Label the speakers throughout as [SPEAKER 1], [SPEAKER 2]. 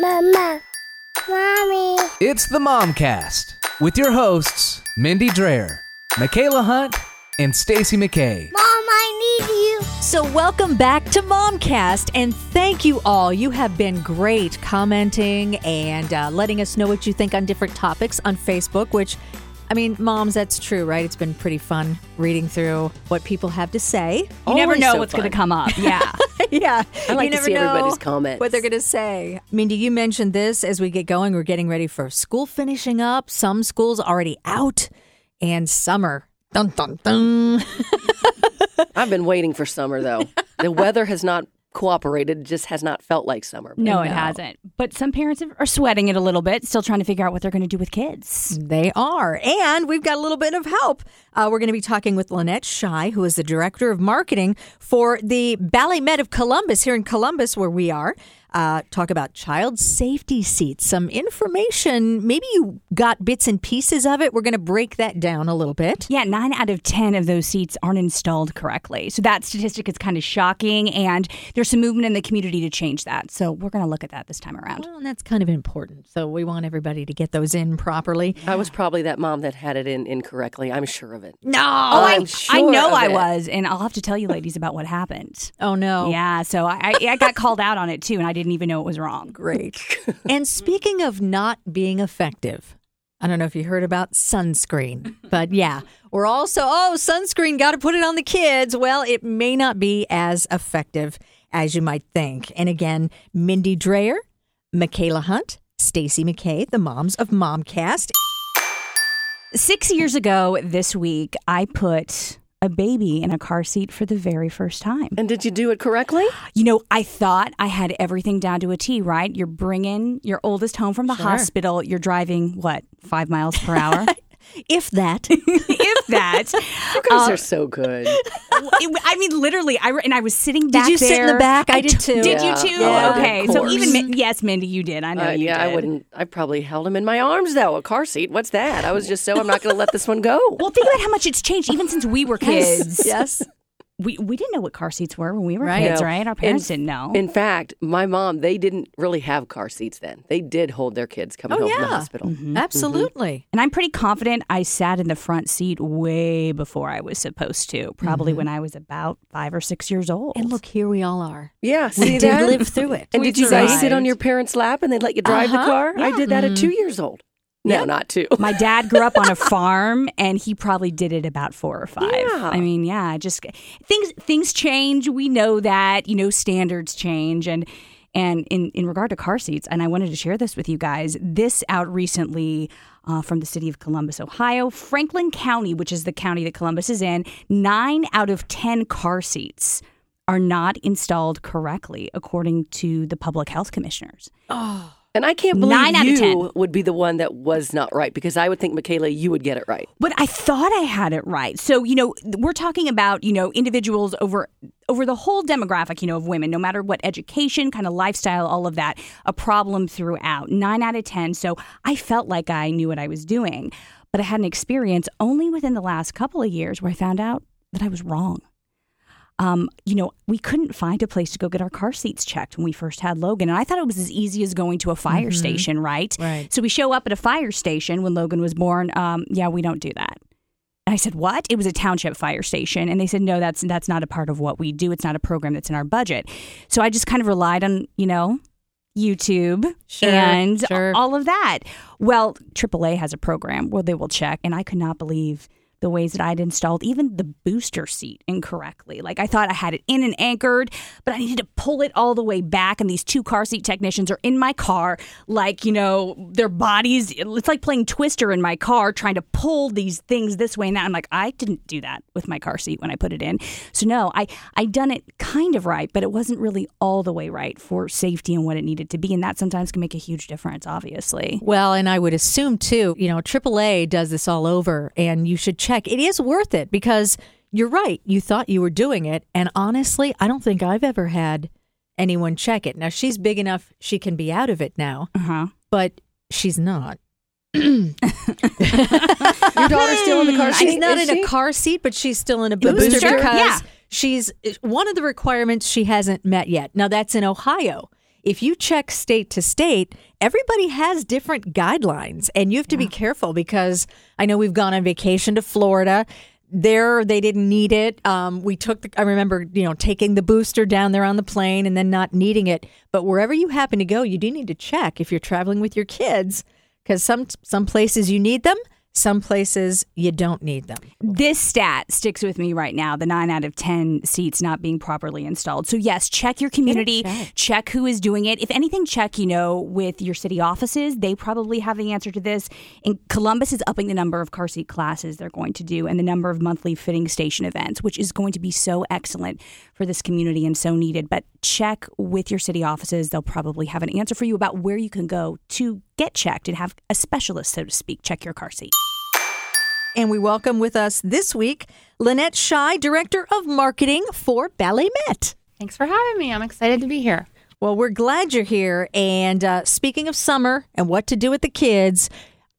[SPEAKER 1] Mama. Mommy.
[SPEAKER 2] It's the Momcast with your hosts, Mindy Dreher, Michaela Hunt, and Stacy McKay.
[SPEAKER 1] Mom, I need you.
[SPEAKER 3] So, welcome back to Momcast, and thank you all. You have been great commenting and uh, letting us know what you think on different topics on Facebook, which, I mean, moms, that's true, right? It's been pretty fun reading through what people have to say. You
[SPEAKER 4] You never know what's going to come up. Yeah.
[SPEAKER 3] yeah. I
[SPEAKER 5] like
[SPEAKER 3] you
[SPEAKER 5] to
[SPEAKER 3] never
[SPEAKER 5] see
[SPEAKER 3] know
[SPEAKER 5] everybody's comments.
[SPEAKER 3] What they're going to say. Mindy, you mentioned this as we get going. We're getting ready for school finishing up, some schools already out, and summer. Dun, dun, dun.
[SPEAKER 5] I've been waiting for summer though. the weather has not cooperated; it just has not felt like summer.
[SPEAKER 4] no, it hasn't. But some parents are sweating it a little bit, still trying to figure out what they're going to do with
[SPEAKER 5] Mm-hmm.
[SPEAKER 4] kids.
[SPEAKER 3] They are. And we've got a little bit of help. Uh, we're going to be talking with Lynette Shy, who is the director of marketing for the Ballet Med of Columbus here in Columbus, where we are. Uh, talk about child safety seats, some information. Maybe you got bits and pieces of it. We're going to break that down a little bit.
[SPEAKER 4] Yeah, nine out of 10 of those seats aren't installed correctly. So that statistic is kind of shocking. And there's some movement in the community to change that. So we're going to look at that this time around.
[SPEAKER 3] Well, and that's kind of important. So we want everybody to get those in properly.
[SPEAKER 5] I was probably that mom that had it in incorrectly. I'm sure of it.
[SPEAKER 3] No.
[SPEAKER 5] Oh,
[SPEAKER 4] I,
[SPEAKER 5] I'm sure
[SPEAKER 4] I know
[SPEAKER 5] of
[SPEAKER 4] I
[SPEAKER 5] it.
[SPEAKER 4] was. And I'll have to tell you, ladies, about what happened.
[SPEAKER 3] Oh, no.
[SPEAKER 4] Yeah. So I, I, I got called out on it too. And I didn't even know it was wrong.
[SPEAKER 3] Great. and speaking of not being effective, I don't know if you heard about sunscreen, but yeah, we're also, oh, sunscreen, got to put it on the kids. Well, it may not be as effective as you might think. And again, Mindy Dreyer, Michaela Hunt, Stacy McKay, the moms of Momcast.
[SPEAKER 4] Six years ago this week, I put a baby in a car seat for the very first time.
[SPEAKER 5] And did you do it correctly?
[SPEAKER 4] You know, I thought I had everything down to a T, right? You're bringing your oldest home from the hospital. You're driving, what, five miles per hour?
[SPEAKER 3] If that,
[SPEAKER 4] if that.
[SPEAKER 5] You
[SPEAKER 4] uh,
[SPEAKER 5] guys are so good.
[SPEAKER 4] It- I mean, literally, I, re- and I was sitting back
[SPEAKER 3] you sit in the
[SPEAKER 4] there.
[SPEAKER 3] back? I did
[SPEAKER 4] t-
[SPEAKER 3] too.
[SPEAKER 4] Did
[SPEAKER 5] Yeah.
[SPEAKER 4] you too?
[SPEAKER 5] Oh, I did,
[SPEAKER 4] okay.
[SPEAKER 5] of
[SPEAKER 4] So
[SPEAKER 5] course.
[SPEAKER 4] even, Min- yes, Mindy, you did. I know
[SPEAKER 5] Uh,
[SPEAKER 4] you
[SPEAKER 5] yeah,
[SPEAKER 4] did.
[SPEAKER 5] I wouldn't. I probably held him in my arms though. A car seat. What's that? I was just so I'm not going to let this one go.
[SPEAKER 4] Well, think about how much it's changed even since we were kids.
[SPEAKER 5] yes.
[SPEAKER 4] We, we didn't know what car seats were when we were
[SPEAKER 3] Right.
[SPEAKER 4] kids,
[SPEAKER 5] No.
[SPEAKER 4] right? Our
[SPEAKER 5] In-
[SPEAKER 4] parents didn't know.
[SPEAKER 5] In fact, my mom, they didn't really have car seats then. They did hold their kids coming
[SPEAKER 3] Oh,
[SPEAKER 5] home from the
[SPEAKER 3] yeah.
[SPEAKER 5] hospital.
[SPEAKER 4] Mm.
[SPEAKER 3] absolutely.
[SPEAKER 4] And I'm pretty confident I sat in the front seat way before I was supposed to, probably when I was about five or six years old.
[SPEAKER 3] Mm-hmm. And look, here we all are.
[SPEAKER 5] Yeah,
[SPEAKER 3] We
[SPEAKER 5] see
[SPEAKER 3] did
[SPEAKER 5] that?
[SPEAKER 3] live through it.
[SPEAKER 5] And
[SPEAKER 4] We
[SPEAKER 5] did you guys sit
[SPEAKER 4] survived.
[SPEAKER 5] on your parents' lap and they let you drive
[SPEAKER 3] Uh-huh.
[SPEAKER 5] the car? I
[SPEAKER 4] Yeah.
[SPEAKER 5] did that at two years old. No, not two.
[SPEAKER 4] my dad grew up on a farm and he probably did it about four or five.
[SPEAKER 5] Yeah.
[SPEAKER 4] I mean, yeah, just things things change. We know that, you know, standards change and and in, in regard to car seats, and I wanted to share this with you guys. This out recently uh, from the city of Columbus, Ohio, Franklin County, which is the county that Columbus is in, nine out of 10 car seats are not installed correctly, according to the public health commissioners.
[SPEAKER 5] And I can't believe
[SPEAKER 4] Nine out of
[SPEAKER 5] you
[SPEAKER 4] 10.
[SPEAKER 5] would be the one that was not right because I would think, Michaela, you would get it right.
[SPEAKER 4] But I thought I had it right. So, you know, we're talking about, you know, individuals over over the whole demographic, you know, of women, no matter what education, kind of lifestyle, all of that, a problem throughout. 9 out of 10. So, I felt like I knew what I was doing, but I had an experience only within the last couple of years where I found out that I was wrong. Um, you know, we couldn't find a place to go get our car seats checked when we first had Logan. And I thought it was as easy as going to a fire station, right?
[SPEAKER 3] Right.
[SPEAKER 4] So we show up at a fire station when Logan was born. Um, yeah, we don't do that. And I said, "What?" It was a township fire station, and they said, "No, that's that's not a part of what we do. It's not a program that's in our budget." So I just kind of relied on, you know, YouTube
[SPEAKER 3] Sure,
[SPEAKER 4] and
[SPEAKER 3] sure.
[SPEAKER 4] all of that. Well, AAA has a program where they will check, and I could not believe the ways that I'd installed even the booster seat incorrectly. Like I thought I had it in and anchored, but I needed to pull it all the way back. And these two car seat technicians are in my car, like, you know, their bodies, it's like playing Twister in my car, trying to pull these things this way and that. I'm like, I didn't do that with my car seat when I put it in. So no, I, I done it kind of right, but it wasn't really all the way right for safety and what it needed to be. And that sometimes can make a huge difference, obviously.
[SPEAKER 3] Well, and I would assume too, you know, AAA does this all over and you should check. It is worth it because you're right. You thought you were doing it. And honestly, I don't think I've ever had anyone check it. Now, she's big enough, she can be out of it now,
[SPEAKER 4] Uh-huh.
[SPEAKER 3] but she's not.
[SPEAKER 5] Your daughter's still in the car seat?
[SPEAKER 3] She's not
[SPEAKER 5] is
[SPEAKER 3] in
[SPEAKER 5] she?
[SPEAKER 3] a car seat, but she's still in a booster,
[SPEAKER 5] booster?
[SPEAKER 3] because
[SPEAKER 4] Yeah.
[SPEAKER 3] she's one of the requirements she hasn't met yet. Now, that's in Ohio. if you check state to state, everybody has different guidelines, and you have to be careful because I know we've gone on vacation to Florida. There, they didn't need it. Um, we took, the, I remember, you know, taking the booster down there on the plane and then not needing it. But wherever you happen to go, you do need to check if you're traveling with your kids because some some places you need them, some places you don't need them.
[SPEAKER 4] This stat sticks with me right now the nine out of 10 seats not being properly installed. So, yes, check your community, check. who is doing it. If anything, check, you know, with your city offices. They probably have the answer to this. And Columbus is upping the number of car seat classes they're going to do and the number of monthly fitting station events, which is going to be so excellent for this community and so needed. But check with your city offices. They'll probably have an answer for you about where you can go to get checked and have a specialist, so to speak, check your car seat.
[SPEAKER 3] And we welcome with us this week Lynette Shy, Director of Marketing for Ballet Met.
[SPEAKER 6] Thanks for having me. I'm excited to be here.
[SPEAKER 3] Well, we're glad you're here. And uh, speaking of summer and what to do with the kids,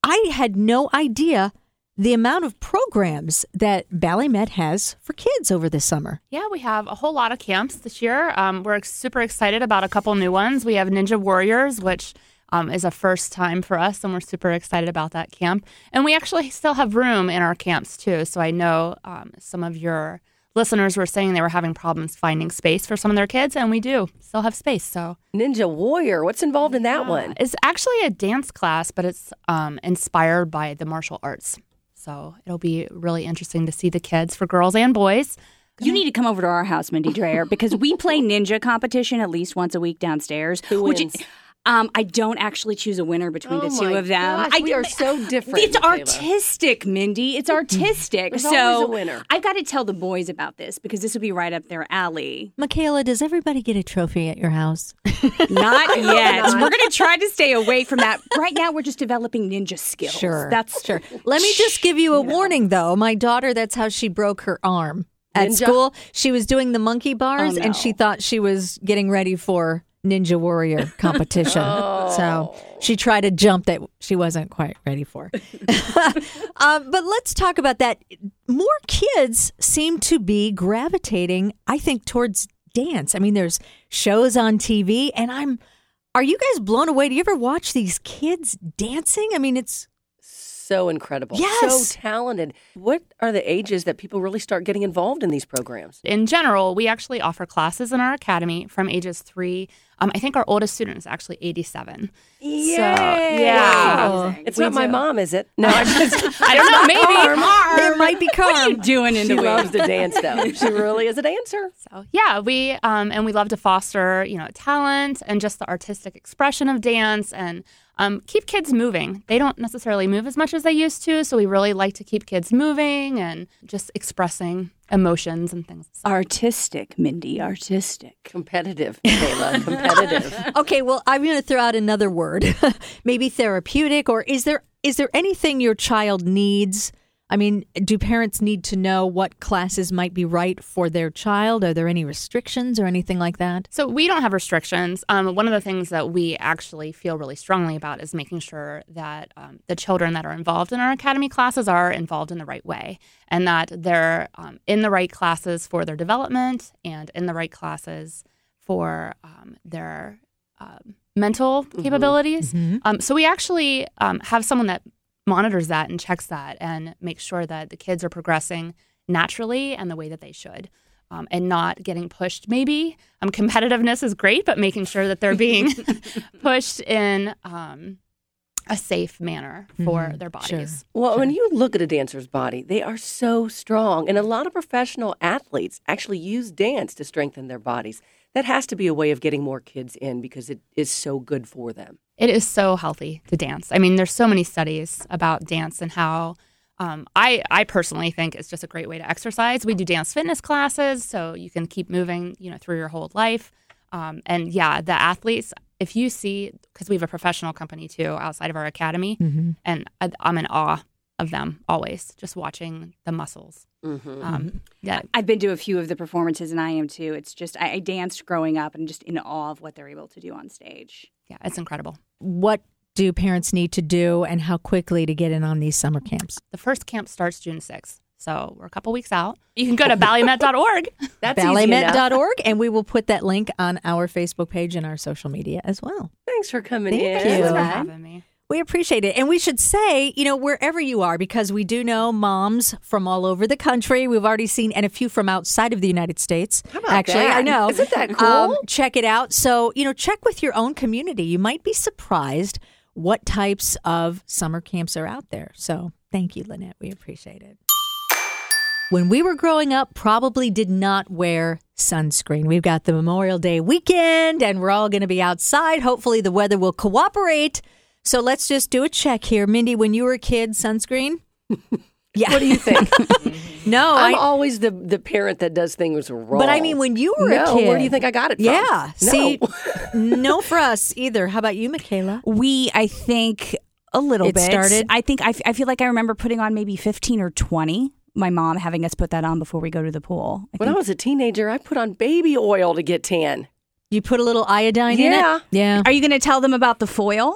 [SPEAKER 3] I had no idea the amount of programs that Ballet Met has for kids over the summer.
[SPEAKER 6] Yeah, we have a whole lot of camps this year. Um, we're super excited about a couple new ones. We have Ninja Warriors, which um, is a first time for us, and we're super excited about that camp. And we actually still have room in our camps too. So I know um, some of your listeners were saying they were having problems finding space for some of their kids, and we do still have space. So
[SPEAKER 5] Ninja Warrior, what's involved in that one?
[SPEAKER 6] it's actually a dance class, but it's um, inspired by the martial arts. So it'll be really interesting to see the kids for girls and boys.
[SPEAKER 4] You need to come over to our house, Mindy Dreyer, because we play ninja competition at least once a week downstairs.
[SPEAKER 5] Who
[SPEAKER 4] which-
[SPEAKER 5] wins?
[SPEAKER 4] um, I don't actually choose a winner between the
[SPEAKER 5] Oh
[SPEAKER 4] two
[SPEAKER 5] my
[SPEAKER 4] of them.
[SPEAKER 5] gosh,
[SPEAKER 4] I,
[SPEAKER 5] we are so different,
[SPEAKER 4] It's
[SPEAKER 5] Michaela. Mm-hmm.
[SPEAKER 4] artistic, Mindy. It's artistic.
[SPEAKER 5] There's
[SPEAKER 4] so
[SPEAKER 5] always a winner.
[SPEAKER 4] I've got to tell the boys about this because this would be right up their alley.
[SPEAKER 3] Michaela, does everybody get a trophy at your house?
[SPEAKER 4] Not yet. We're going to try to stay away from that. Right now, we're just developing ninja skills.
[SPEAKER 3] Sure.
[SPEAKER 4] that's sure.
[SPEAKER 3] Let me just give you a warning, though. My daughter, that's how she broke her arm at
[SPEAKER 5] Ninja?
[SPEAKER 3] school. She was doing the monkey bars
[SPEAKER 4] no.
[SPEAKER 3] and she thought she was getting ready for Ninja Warrior competition. So she tried a jump that she wasn't quite ready for. um, but let's talk about that. More kids seem to be gravitating, I think, towards dance. I mean, there's shows on TV, and I'm. Are you guys blown away? Do you ever watch these kids dancing? I mean, it's
[SPEAKER 5] So incredible.
[SPEAKER 3] Yes.
[SPEAKER 5] So talented. What are the ages that people really start getting involved in these programs?
[SPEAKER 6] In general, we actually offer classes in our academy from ages three. Um, I think our oldest student is actually 87.
[SPEAKER 5] Yay.
[SPEAKER 6] yeah.
[SPEAKER 5] It's not my mom, is it? No, I just
[SPEAKER 6] I don't know, maybe.
[SPEAKER 3] It might be Carm.
[SPEAKER 4] doing in
[SPEAKER 5] she
[SPEAKER 4] the
[SPEAKER 5] loves to dance though. She really is a dancer.
[SPEAKER 6] So yeah, we um, and we love to foster you know talent and just the artistic expression of dance and um, keep kids moving. They don't necessarily move as much as they used to, so we really like to keep kids moving and just expressing emotions and things.
[SPEAKER 4] Artistic, Mindy. Artistic.
[SPEAKER 5] Competitive, Kayla. Competitive.
[SPEAKER 3] okay, well, I'm going to throw out another word, maybe therapeutic, or is there is there anything your child needs? I mean, do parents need to know what classes might be right for their child? Are there any restrictions or anything like that?
[SPEAKER 6] So we don't have restrictions. Um, one of the things that we actually feel really strongly about is making sure that um, the children that are involved in our academy classes are involved in the right way, and that they're um, in the right classes for their development and in the right classes for um, their um mental capabilities. Um, so we actually um, have someone that monitors that and checks that and makes sure that the kids are progressing naturally and the way that they should. Um, and not getting pushed, maybe. Um, competitiveness is great, but making sure that they're being pushed in um, a safe manner for their bodies.
[SPEAKER 5] Well, when you look at a dancer's body, they are so strong. And a lot of professional athletes actually use dance to strengthen their bodies. That has to be a way of getting more kids in because it is so good for them.
[SPEAKER 6] It is so healthy to dance. I mean, there's so many studies about dance and how um, I I personally think it's just a great way to exercise. We do dance fitness classes, so you can keep moving, you know, through your whole life. Um, and yeah, the athletes. If you see, because we have a professional company too outside of our academy, and I, I'm in awe of them always, just watching the muscles. Um, yeah,
[SPEAKER 4] I've been to a few of the performances, and I am too. It's just I, I danced growing up, and just in awe of what they're able to do on stage.
[SPEAKER 6] yeah, it's incredible.
[SPEAKER 3] What do parents need to do, and how quickly to get in on these summer camps?
[SPEAKER 6] The first camp starts June 6th. So we're a couple weeks out. You can go to ballymet.org.
[SPEAKER 5] That's easy enough.
[SPEAKER 3] ballymet.org, and we will put that link on our Facebook page and our social media as well.
[SPEAKER 5] Thanks for coming
[SPEAKER 3] Thank
[SPEAKER 5] in.
[SPEAKER 3] you.
[SPEAKER 6] Thanks for
[SPEAKER 3] Yeah.
[SPEAKER 6] having me.
[SPEAKER 3] We appreciate it. And we should say, you know, wherever you are, because we do know moms from all over the country. We've already seen, and a few from outside of the United States.
[SPEAKER 5] How about
[SPEAKER 3] Actually,
[SPEAKER 5] that?
[SPEAKER 3] I know. Um,
[SPEAKER 5] Isn't that cool?
[SPEAKER 3] check it out. So, you know, check with your own community. You might be surprised what types of summer camps are out there. So, thank you, Lynette. We appreciate it. When we were growing up, probably did not wear sunscreen. We've got the Memorial Day weekend and we're all going to be outside. Hopefully, the weather will cooperate. So let's just do a check here. Mindy, when you were a kid, sunscreen? Yeah.
[SPEAKER 5] What do you think?
[SPEAKER 3] No,
[SPEAKER 5] I'm
[SPEAKER 3] I,
[SPEAKER 5] always the, the parent that does things wrong.
[SPEAKER 3] but I mean, when you were a
[SPEAKER 5] No,
[SPEAKER 3] kid.
[SPEAKER 5] where do you think I got it from?
[SPEAKER 3] Yeah.
[SPEAKER 5] No.
[SPEAKER 3] See, no for us either. How about you, Michaela?
[SPEAKER 4] We, I think, a little
[SPEAKER 3] It
[SPEAKER 4] bit.
[SPEAKER 3] started?
[SPEAKER 4] I think I, f- I feel like I remember putting on maybe fifteen or twenty. My mom having us put that on before we go to the pool. I
[SPEAKER 5] When I
[SPEAKER 4] think-
[SPEAKER 5] was a teenager, I put on baby oil to get tan.
[SPEAKER 3] You put a little iodine
[SPEAKER 5] Yeah.
[SPEAKER 3] in it? Yeah.
[SPEAKER 4] Are you going to tell them about the
[SPEAKER 3] Oh,
[SPEAKER 4] foil?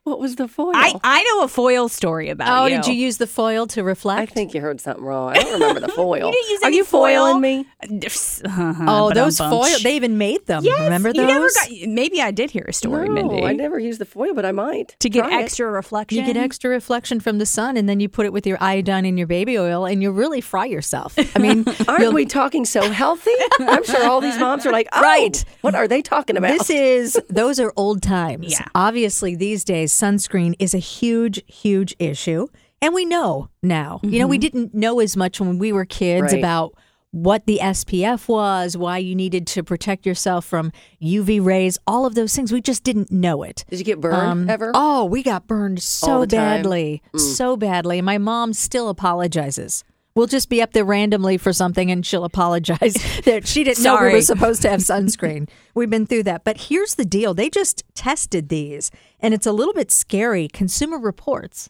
[SPEAKER 5] What was the foil?
[SPEAKER 4] I, I know a foil story about
[SPEAKER 3] Oh,
[SPEAKER 4] you.
[SPEAKER 3] did you use the foil to reflect?
[SPEAKER 5] I think you heard something wrong. I don't remember the foil.
[SPEAKER 4] You didn't use
[SPEAKER 5] Are
[SPEAKER 4] any
[SPEAKER 5] you
[SPEAKER 4] foil?
[SPEAKER 5] foiling me? uh,
[SPEAKER 3] Oh, those foil, they even made them.
[SPEAKER 4] Yes,
[SPEAKER 3] Remember those?
[SPEAKER 4] You never got, maybe I did hear a story,
[SPEAKER 5] no,
[SPEAKER 4] Mindy.
[SPEAKER 5] I never used the foil, but I might
[SPEAKER 4] to get
[SPEAKER 5] Try it.
[SPEAKER 4] extra reflection.
[SPEAKER 3] You get extra reflection from the sun, and then you put it with your iodine and your baby oil, and you really fry yourself. I mean,
[SPEAKER 5] Aren't we talking so healthy? I'm sure all these moms are like, oh,
[SPEAKER 3] Right.
[SPEAKER 5] What are they talking about?
[SPEAKER 3] this is those are old times.
[SPEAKER 4] Yeah.
[SPEAKER 3] Obviously, these days, sunscreen is a huge, huge issue, and we know now. You know, we
[SPEAKER 4] Mm-hmm.
[SPEAKER 3] didn't know as much when we were kids
[SPEAKER 5] Right.
[SPEAKER 3] about what the SPF was, why you needed to protect yourself from UV rays, all of those things. We just didn't know it.
[SPEAKER 5] Did you get burned
[SPEAKER 3] Um,
[SPEAKER 5] ever?
[SPEAKER 3] Oh, we got burned so
[SPEAKER 5] the time. Mm.
[SPEAKER 3] badly, so badly. My mom still apologizes. We'll just be up there randomly for something and she'll apologize that she didn't know we were
[SPEAKER 4] Sorry.
[SPEAKER 3] supposed to have sunscreen. We've been through that. But here's the deal they just tested these, and it's a little bit scary. Consumer Reports,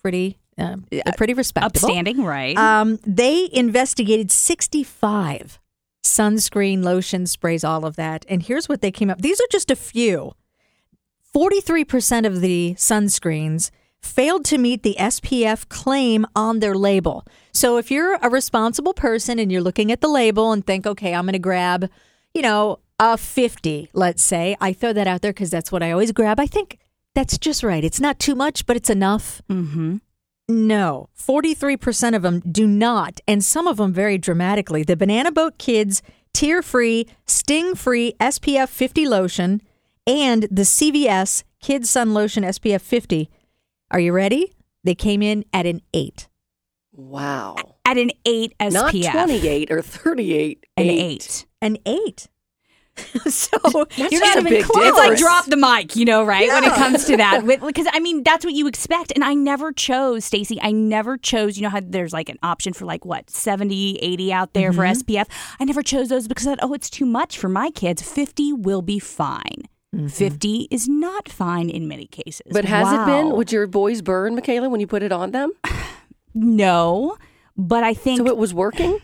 [SPEAKER 3] pretty, uh, pretty respectable.
[SPEAKER 4] upstanding, right?
[SPEAKER 3] Um, they investigated 65 sunscreen, lotion, sprays, all of that. And here's what they came up. These are just a few. 43% of the sunscreens failed to meet the SPF claim on their label. So if you're a responsible person and you're looking at the label and think, okay, I'm going to grab, you know, a 50, let's say. I throw that out there because that's what I always grab. I think that's just right. It's not too much, but it's enough.
[SPEAKER 4] mm-hmm.
[SPEAKER 3] No, 43% of them do not, and some of them very dramatically. The Banana Boat Kids Tear Free, Sting Free SPF 50 Lotion and the CVS Kids Sun Lotion SPF 50. Are you ready? They came in at an eight.
[SPEAKER 5] wow.
[SPEAKER 4] At an eight SPF,
[SPEAKER 5] Not 28 or 38.
[SPEAKER 4] an
[SPEAKER 5] eight.
[SPEAKER 4] eight.
[SPEAKER 3] An eight. so
[SPEAKER 5] That's
[SPEAKER 3] you're
[SPEAKER 5] just
[SPEAKER 3] not
[SPEAKER 5] a
[SPEAKER 3] even
[SPEAKER 5] big
[SPEAKER 3] close.
[SPEAKER 4] It's like
[SPEAKER 5] difference.
[SPEAKER 4] drop the mic, you know, right? When it comes to that, because I mean that's what you expect. And I never chose, Stacey. I never chose. You know how there's like an option for like what 70, 80 out there
[SPEAKER 5] Mm-hmm.
[SPEAKER 4] for SPF. I never chose those because I thought, oh, it's too much for my kids. Fifty will be fine. Fifty is not fine in many cases.
[SPEAKER 5] Mm-hmm. But has it
[SPEAKER 4] Wow.
[SPEAKER 5] been? Would your boys burn, Michaela, when you put it on them?
[SPEAKER 4] no. But I think
[SPEAKER 5] So it was working?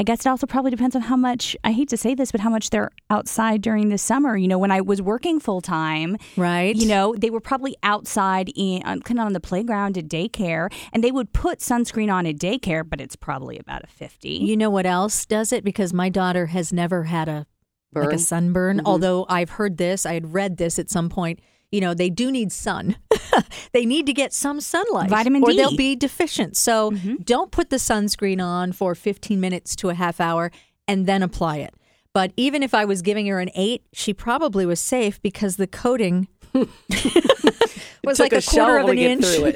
[SPEAKER 4] I guess it also probably depends on how much I hate to say this, but how much they're outside during the summer. You know, when I was working full time,
[SPEAKER 3] Right.
[SPEAKER 4] You know, they were probably outside in on- kind of on the playground at daycare, and they would put sunscreen on at daycare, but it's probably about a fifty.
[SPEAKER 3] You know what else does it? Because my daughter has never had a
[SPEAKER 5] Burn.
[SPEAKER 3] like a sunburn. Although I've heard this, I had read this at some point. You know, they do need sun. they need to get some sunlight,
[SPEAKER 4] Vitamin
[SPEAKER 3] or
[SPEAKER 4] D.
[SPEAKER 3] they'll be deficient. So don't put the sunscreen on for 15 minutes to a half hour and then apply it. But even if I was giving her an eight, she probably was safe because the coating was
[SPEAKER 5] Took
[SPEAKER 3] like a, quarter
[SPEAKER 5] shovel
[SPEAKER 3] of an
[SPEAKER 5] to get
[SPEAKER 3] inch.
[SPEAKER 5] through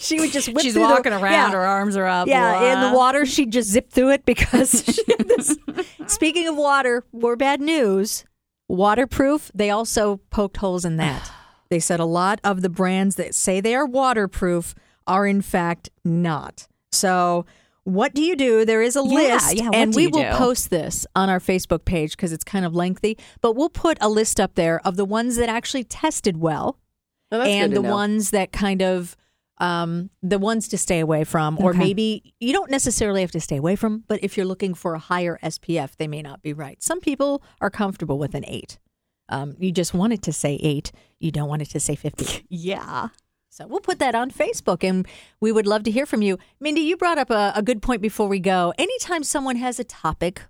[SPEAKER 3] she would just whip
[SPEAKER 4] She's
[SPEAKER 3] through the-
[SPEAKER 4] walking around,
[SPEAKER 3] Yeah.
[SPEAKER 4] her arms are up.
[SPEAKER 3] Yeah, in the
[SPEAKER 4] blah.
[SPEAKER 3] water, she just zipped through it because. She, this, speaking of water, more bad news. Waterproof. They also poked holes in that. They said a lot of the brands that say they are waterproof are in fact not. So. What do you do? There is a
[SPEAKER 4] Yeah,
[SPEAKER 3] list,
[SPEAKER 4] yeah, what
[SPEAKER 3] and
[SPEAKER 4] do
[SPEAKER 3] we
[SPEAKER 4] you
[SPEAKER 3] will
[SPEAKER 4] do?
[SPEAKER 3] post this on our Facebook page because it's kind of lengthy. But we'll put a list up there of the ones that actually tested well,
[SPEAKER 5] Well, Oh, that's
[SPEAKER 3] and
[SPEAKER 5] good to
[SPEAKER 3] the
[SPEAKER 5] know.
[SPEAKER 3] ones that kind of um, the ones to stay away from, or
[SPEAKER 4] Okay.
[SPEAKER 3] maybe you don't necessarily have to stay away from, but if you're looking for a higher SPF, they may not be right. Some people are comfortable with an eight. Um, you just want it to say eight. You don't want it to say 50.
[SPEAKER 4] Yeah.
[SPEAKER 3] So we'll put that on Facebook and we would love to hear from you. Mindy, you brought up a, a good point before we go. Anytime someone has a topic,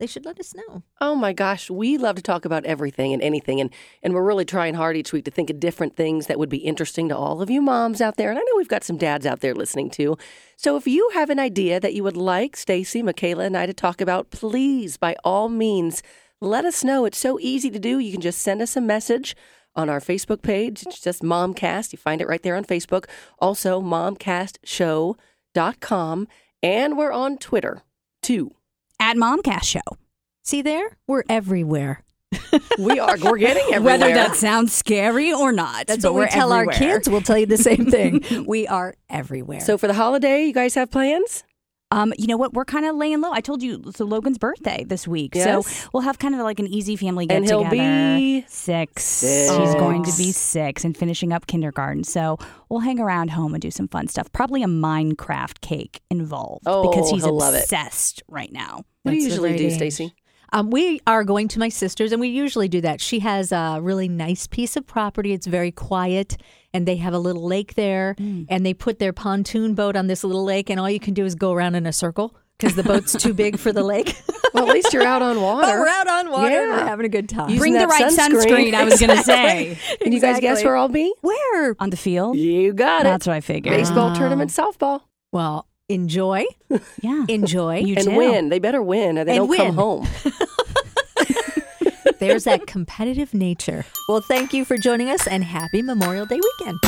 [SPEAKER 3] they should let us know.
[SPEAKER 5] Oh my gosh, we love to talk about everything and anything, and, and we're really trying hard each week to think of different things that would be interesting to all of you moms out there. And I know we've got some dads out there listening too. So if you have an idea that you would like Stacy, Michaela, and I to talk about, please, by all means, let us know. It's so easy to do. You can just send us a message on our Facebook page. It's just Momcast. You find it right there on Facebook. Also, momcastshow.com. And we're on Twitter too.
[SPEAKER 4] At Momcast Show.
[SPEAKER 3] See there? We're everywhere.
[SPEAKER 5] We are we're getting everywhere.
[SPEAKER 4] Whether that sounds scary or not.
[SPEAKER 3] That's
[SPEAKER 4] but
[SPEAKER 3] what we
[SPEAKER 4] we're
[SPEAKER 3] tell our
[SPEAKER 4] everywhere.
[SPEAKER 3] kids. We'll tell you the same thing. we are everywhere.
[SPEAKER 5] So for the holiday, you guys have plans?
[SPEAKER 4] Um, you know what? We're kind of laying low. I told you, so Logan's birthday this week.
[SPEAKER 5] Yes.
[SPEAKER 4] So we'll have kind of like an easy family get
[SPEAKER 5] And he'll
[SPEAKER 4] together.
[SPEAKER 5] be-
[SPEAKER 4] six.
[SPEAKER 5] Six.
[SPEAKER 4] He's going to be six and finishing up kindergarten. So we'll hang around home and do some fun stuff. Probably a Minecraft cake involved
[SPEAKER 5] Oh,
[SPEAKER 4] because he's
[SPEAKER 5] he'll love it.
[SPEAKER 4] obsessed right now.
[SPEAKER 5] What do you
[SPEAKER 3] That's the
[SPEAKER 5] usually
[SPEAKER 3] right
[SPEAKER 5] do,
[SPEAKER 3] age.
[SPEAKER 5] Stacy?
[SPEAKER 3] Um, we are going to my sister's, and we usually do that. She has a really nice piece of property. It's very quiet, and they have a little lake there, and they put their pontoon boat on this little lake, and all you can do is go around in a circle because the boat's too big for the lake.
[SPEAKER 5] Well, at least you're out on water.
[SPEAKER 3] but we're out on water, and we're
[SPEAKER 5] Yeah.
[SPEAKER 3] having a good time.
[SPEAKER 5] Using
[SPEAKER 4] Bring the
[SPEAKER 5] that
[SPEAKER 4] right
[SPEAKER 5] sunscreen.
[SPEAKER 4] sunscreen, I was going to say.
[SPEAKER 5] Can you guys guess
[SPEAKER 3] Exactly.
[SPEAKER 5] where I'll be?
[SPEAKER 3] Where?
[SPEAKER 4] On the field?
[SPEAKER 5] You got
[SPEAKER 4] That's
[SPEAKER 5] it.
[SPEAKER 4] what I figured.
[SPEAKER 5] Baseball tournament, softball,
[SPEAKER 3] Well, enjoy,
[SPEAKER 4] Yeah.
[SPEAKER 3] enjoy.
[SPEAKER 4] You
[SPEAKER 5] and
[SPEAKER 4] too.
[SPEAKER 5] win. They better win, or they
[SPEAKER 3] And
[SPEAKER 5] don't
[SPEAKER 3] win.
[SPEAKER 5] come home.
[SPEAKER 3] There's that competitive nature. Well, thank you for joining us, and happy Memorial Day weekend.